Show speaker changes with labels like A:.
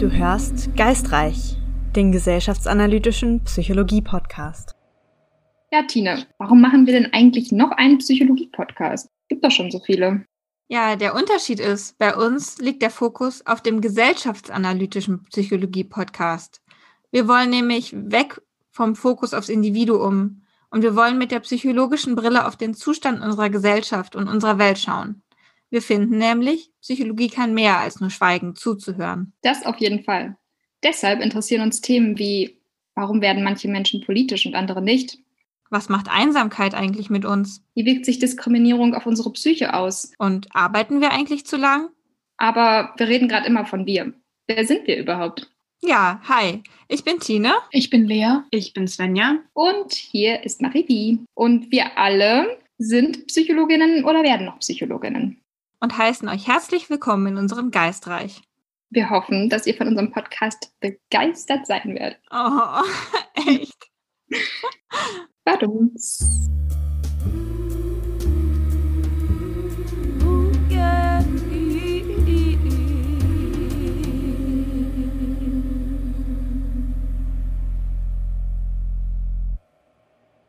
A: Podcast Geistreich, den gesellschaftsanalytischen Psychologie-Podcast.
B: Ja, Tine, warum machen wir denn eigentlich noch einen Psychologie-Podcast? Gibt doch schon so viele.
C: Ja, der Unterschied ist, bei uns liegt der Fokus auf dem gesellschaftsanalytischen Psychologie-Podcast. Wir wollen nämlich weg vom Fokus aufs Individuum und wir wollen mit der psychologischen Brille auf den Zustand unserer Gesellschaft und unserer Welt schauen. Wir finden nämlich, Psychologie kann mehr als nur schweigen, zuzuhören.
B: Das auf jeden Fall. Deshalb interessieren uns Themen wie, warum werden manche Menschen politisch und andere nicht?
C: Was macht Einsamkeit eigentlich mit uns?
B: Wie wirkt sich Diskriminierung auf unsere Psyche aus?
C: Und arbeiten wir eigentlich zu lang?
B: Aber wir reden gerade immer von wir. Wer sind wir überhaupt?
C: Ja, hi, ich bin Tine.
D: Ich bin Lea.
E: Ich bin Svenja.
B: Und hier ist Marie-Wie. Und wir alle sind Psychologinnen oder werden noch Psychologinnen.
C: Und heißen euch herzlich willkommen in unserem Geistreich.
B: Wir hoffen, dass ihr von unserem Podcast begeistert sein werdet.
C: Oh, echt?
B: Bei uns.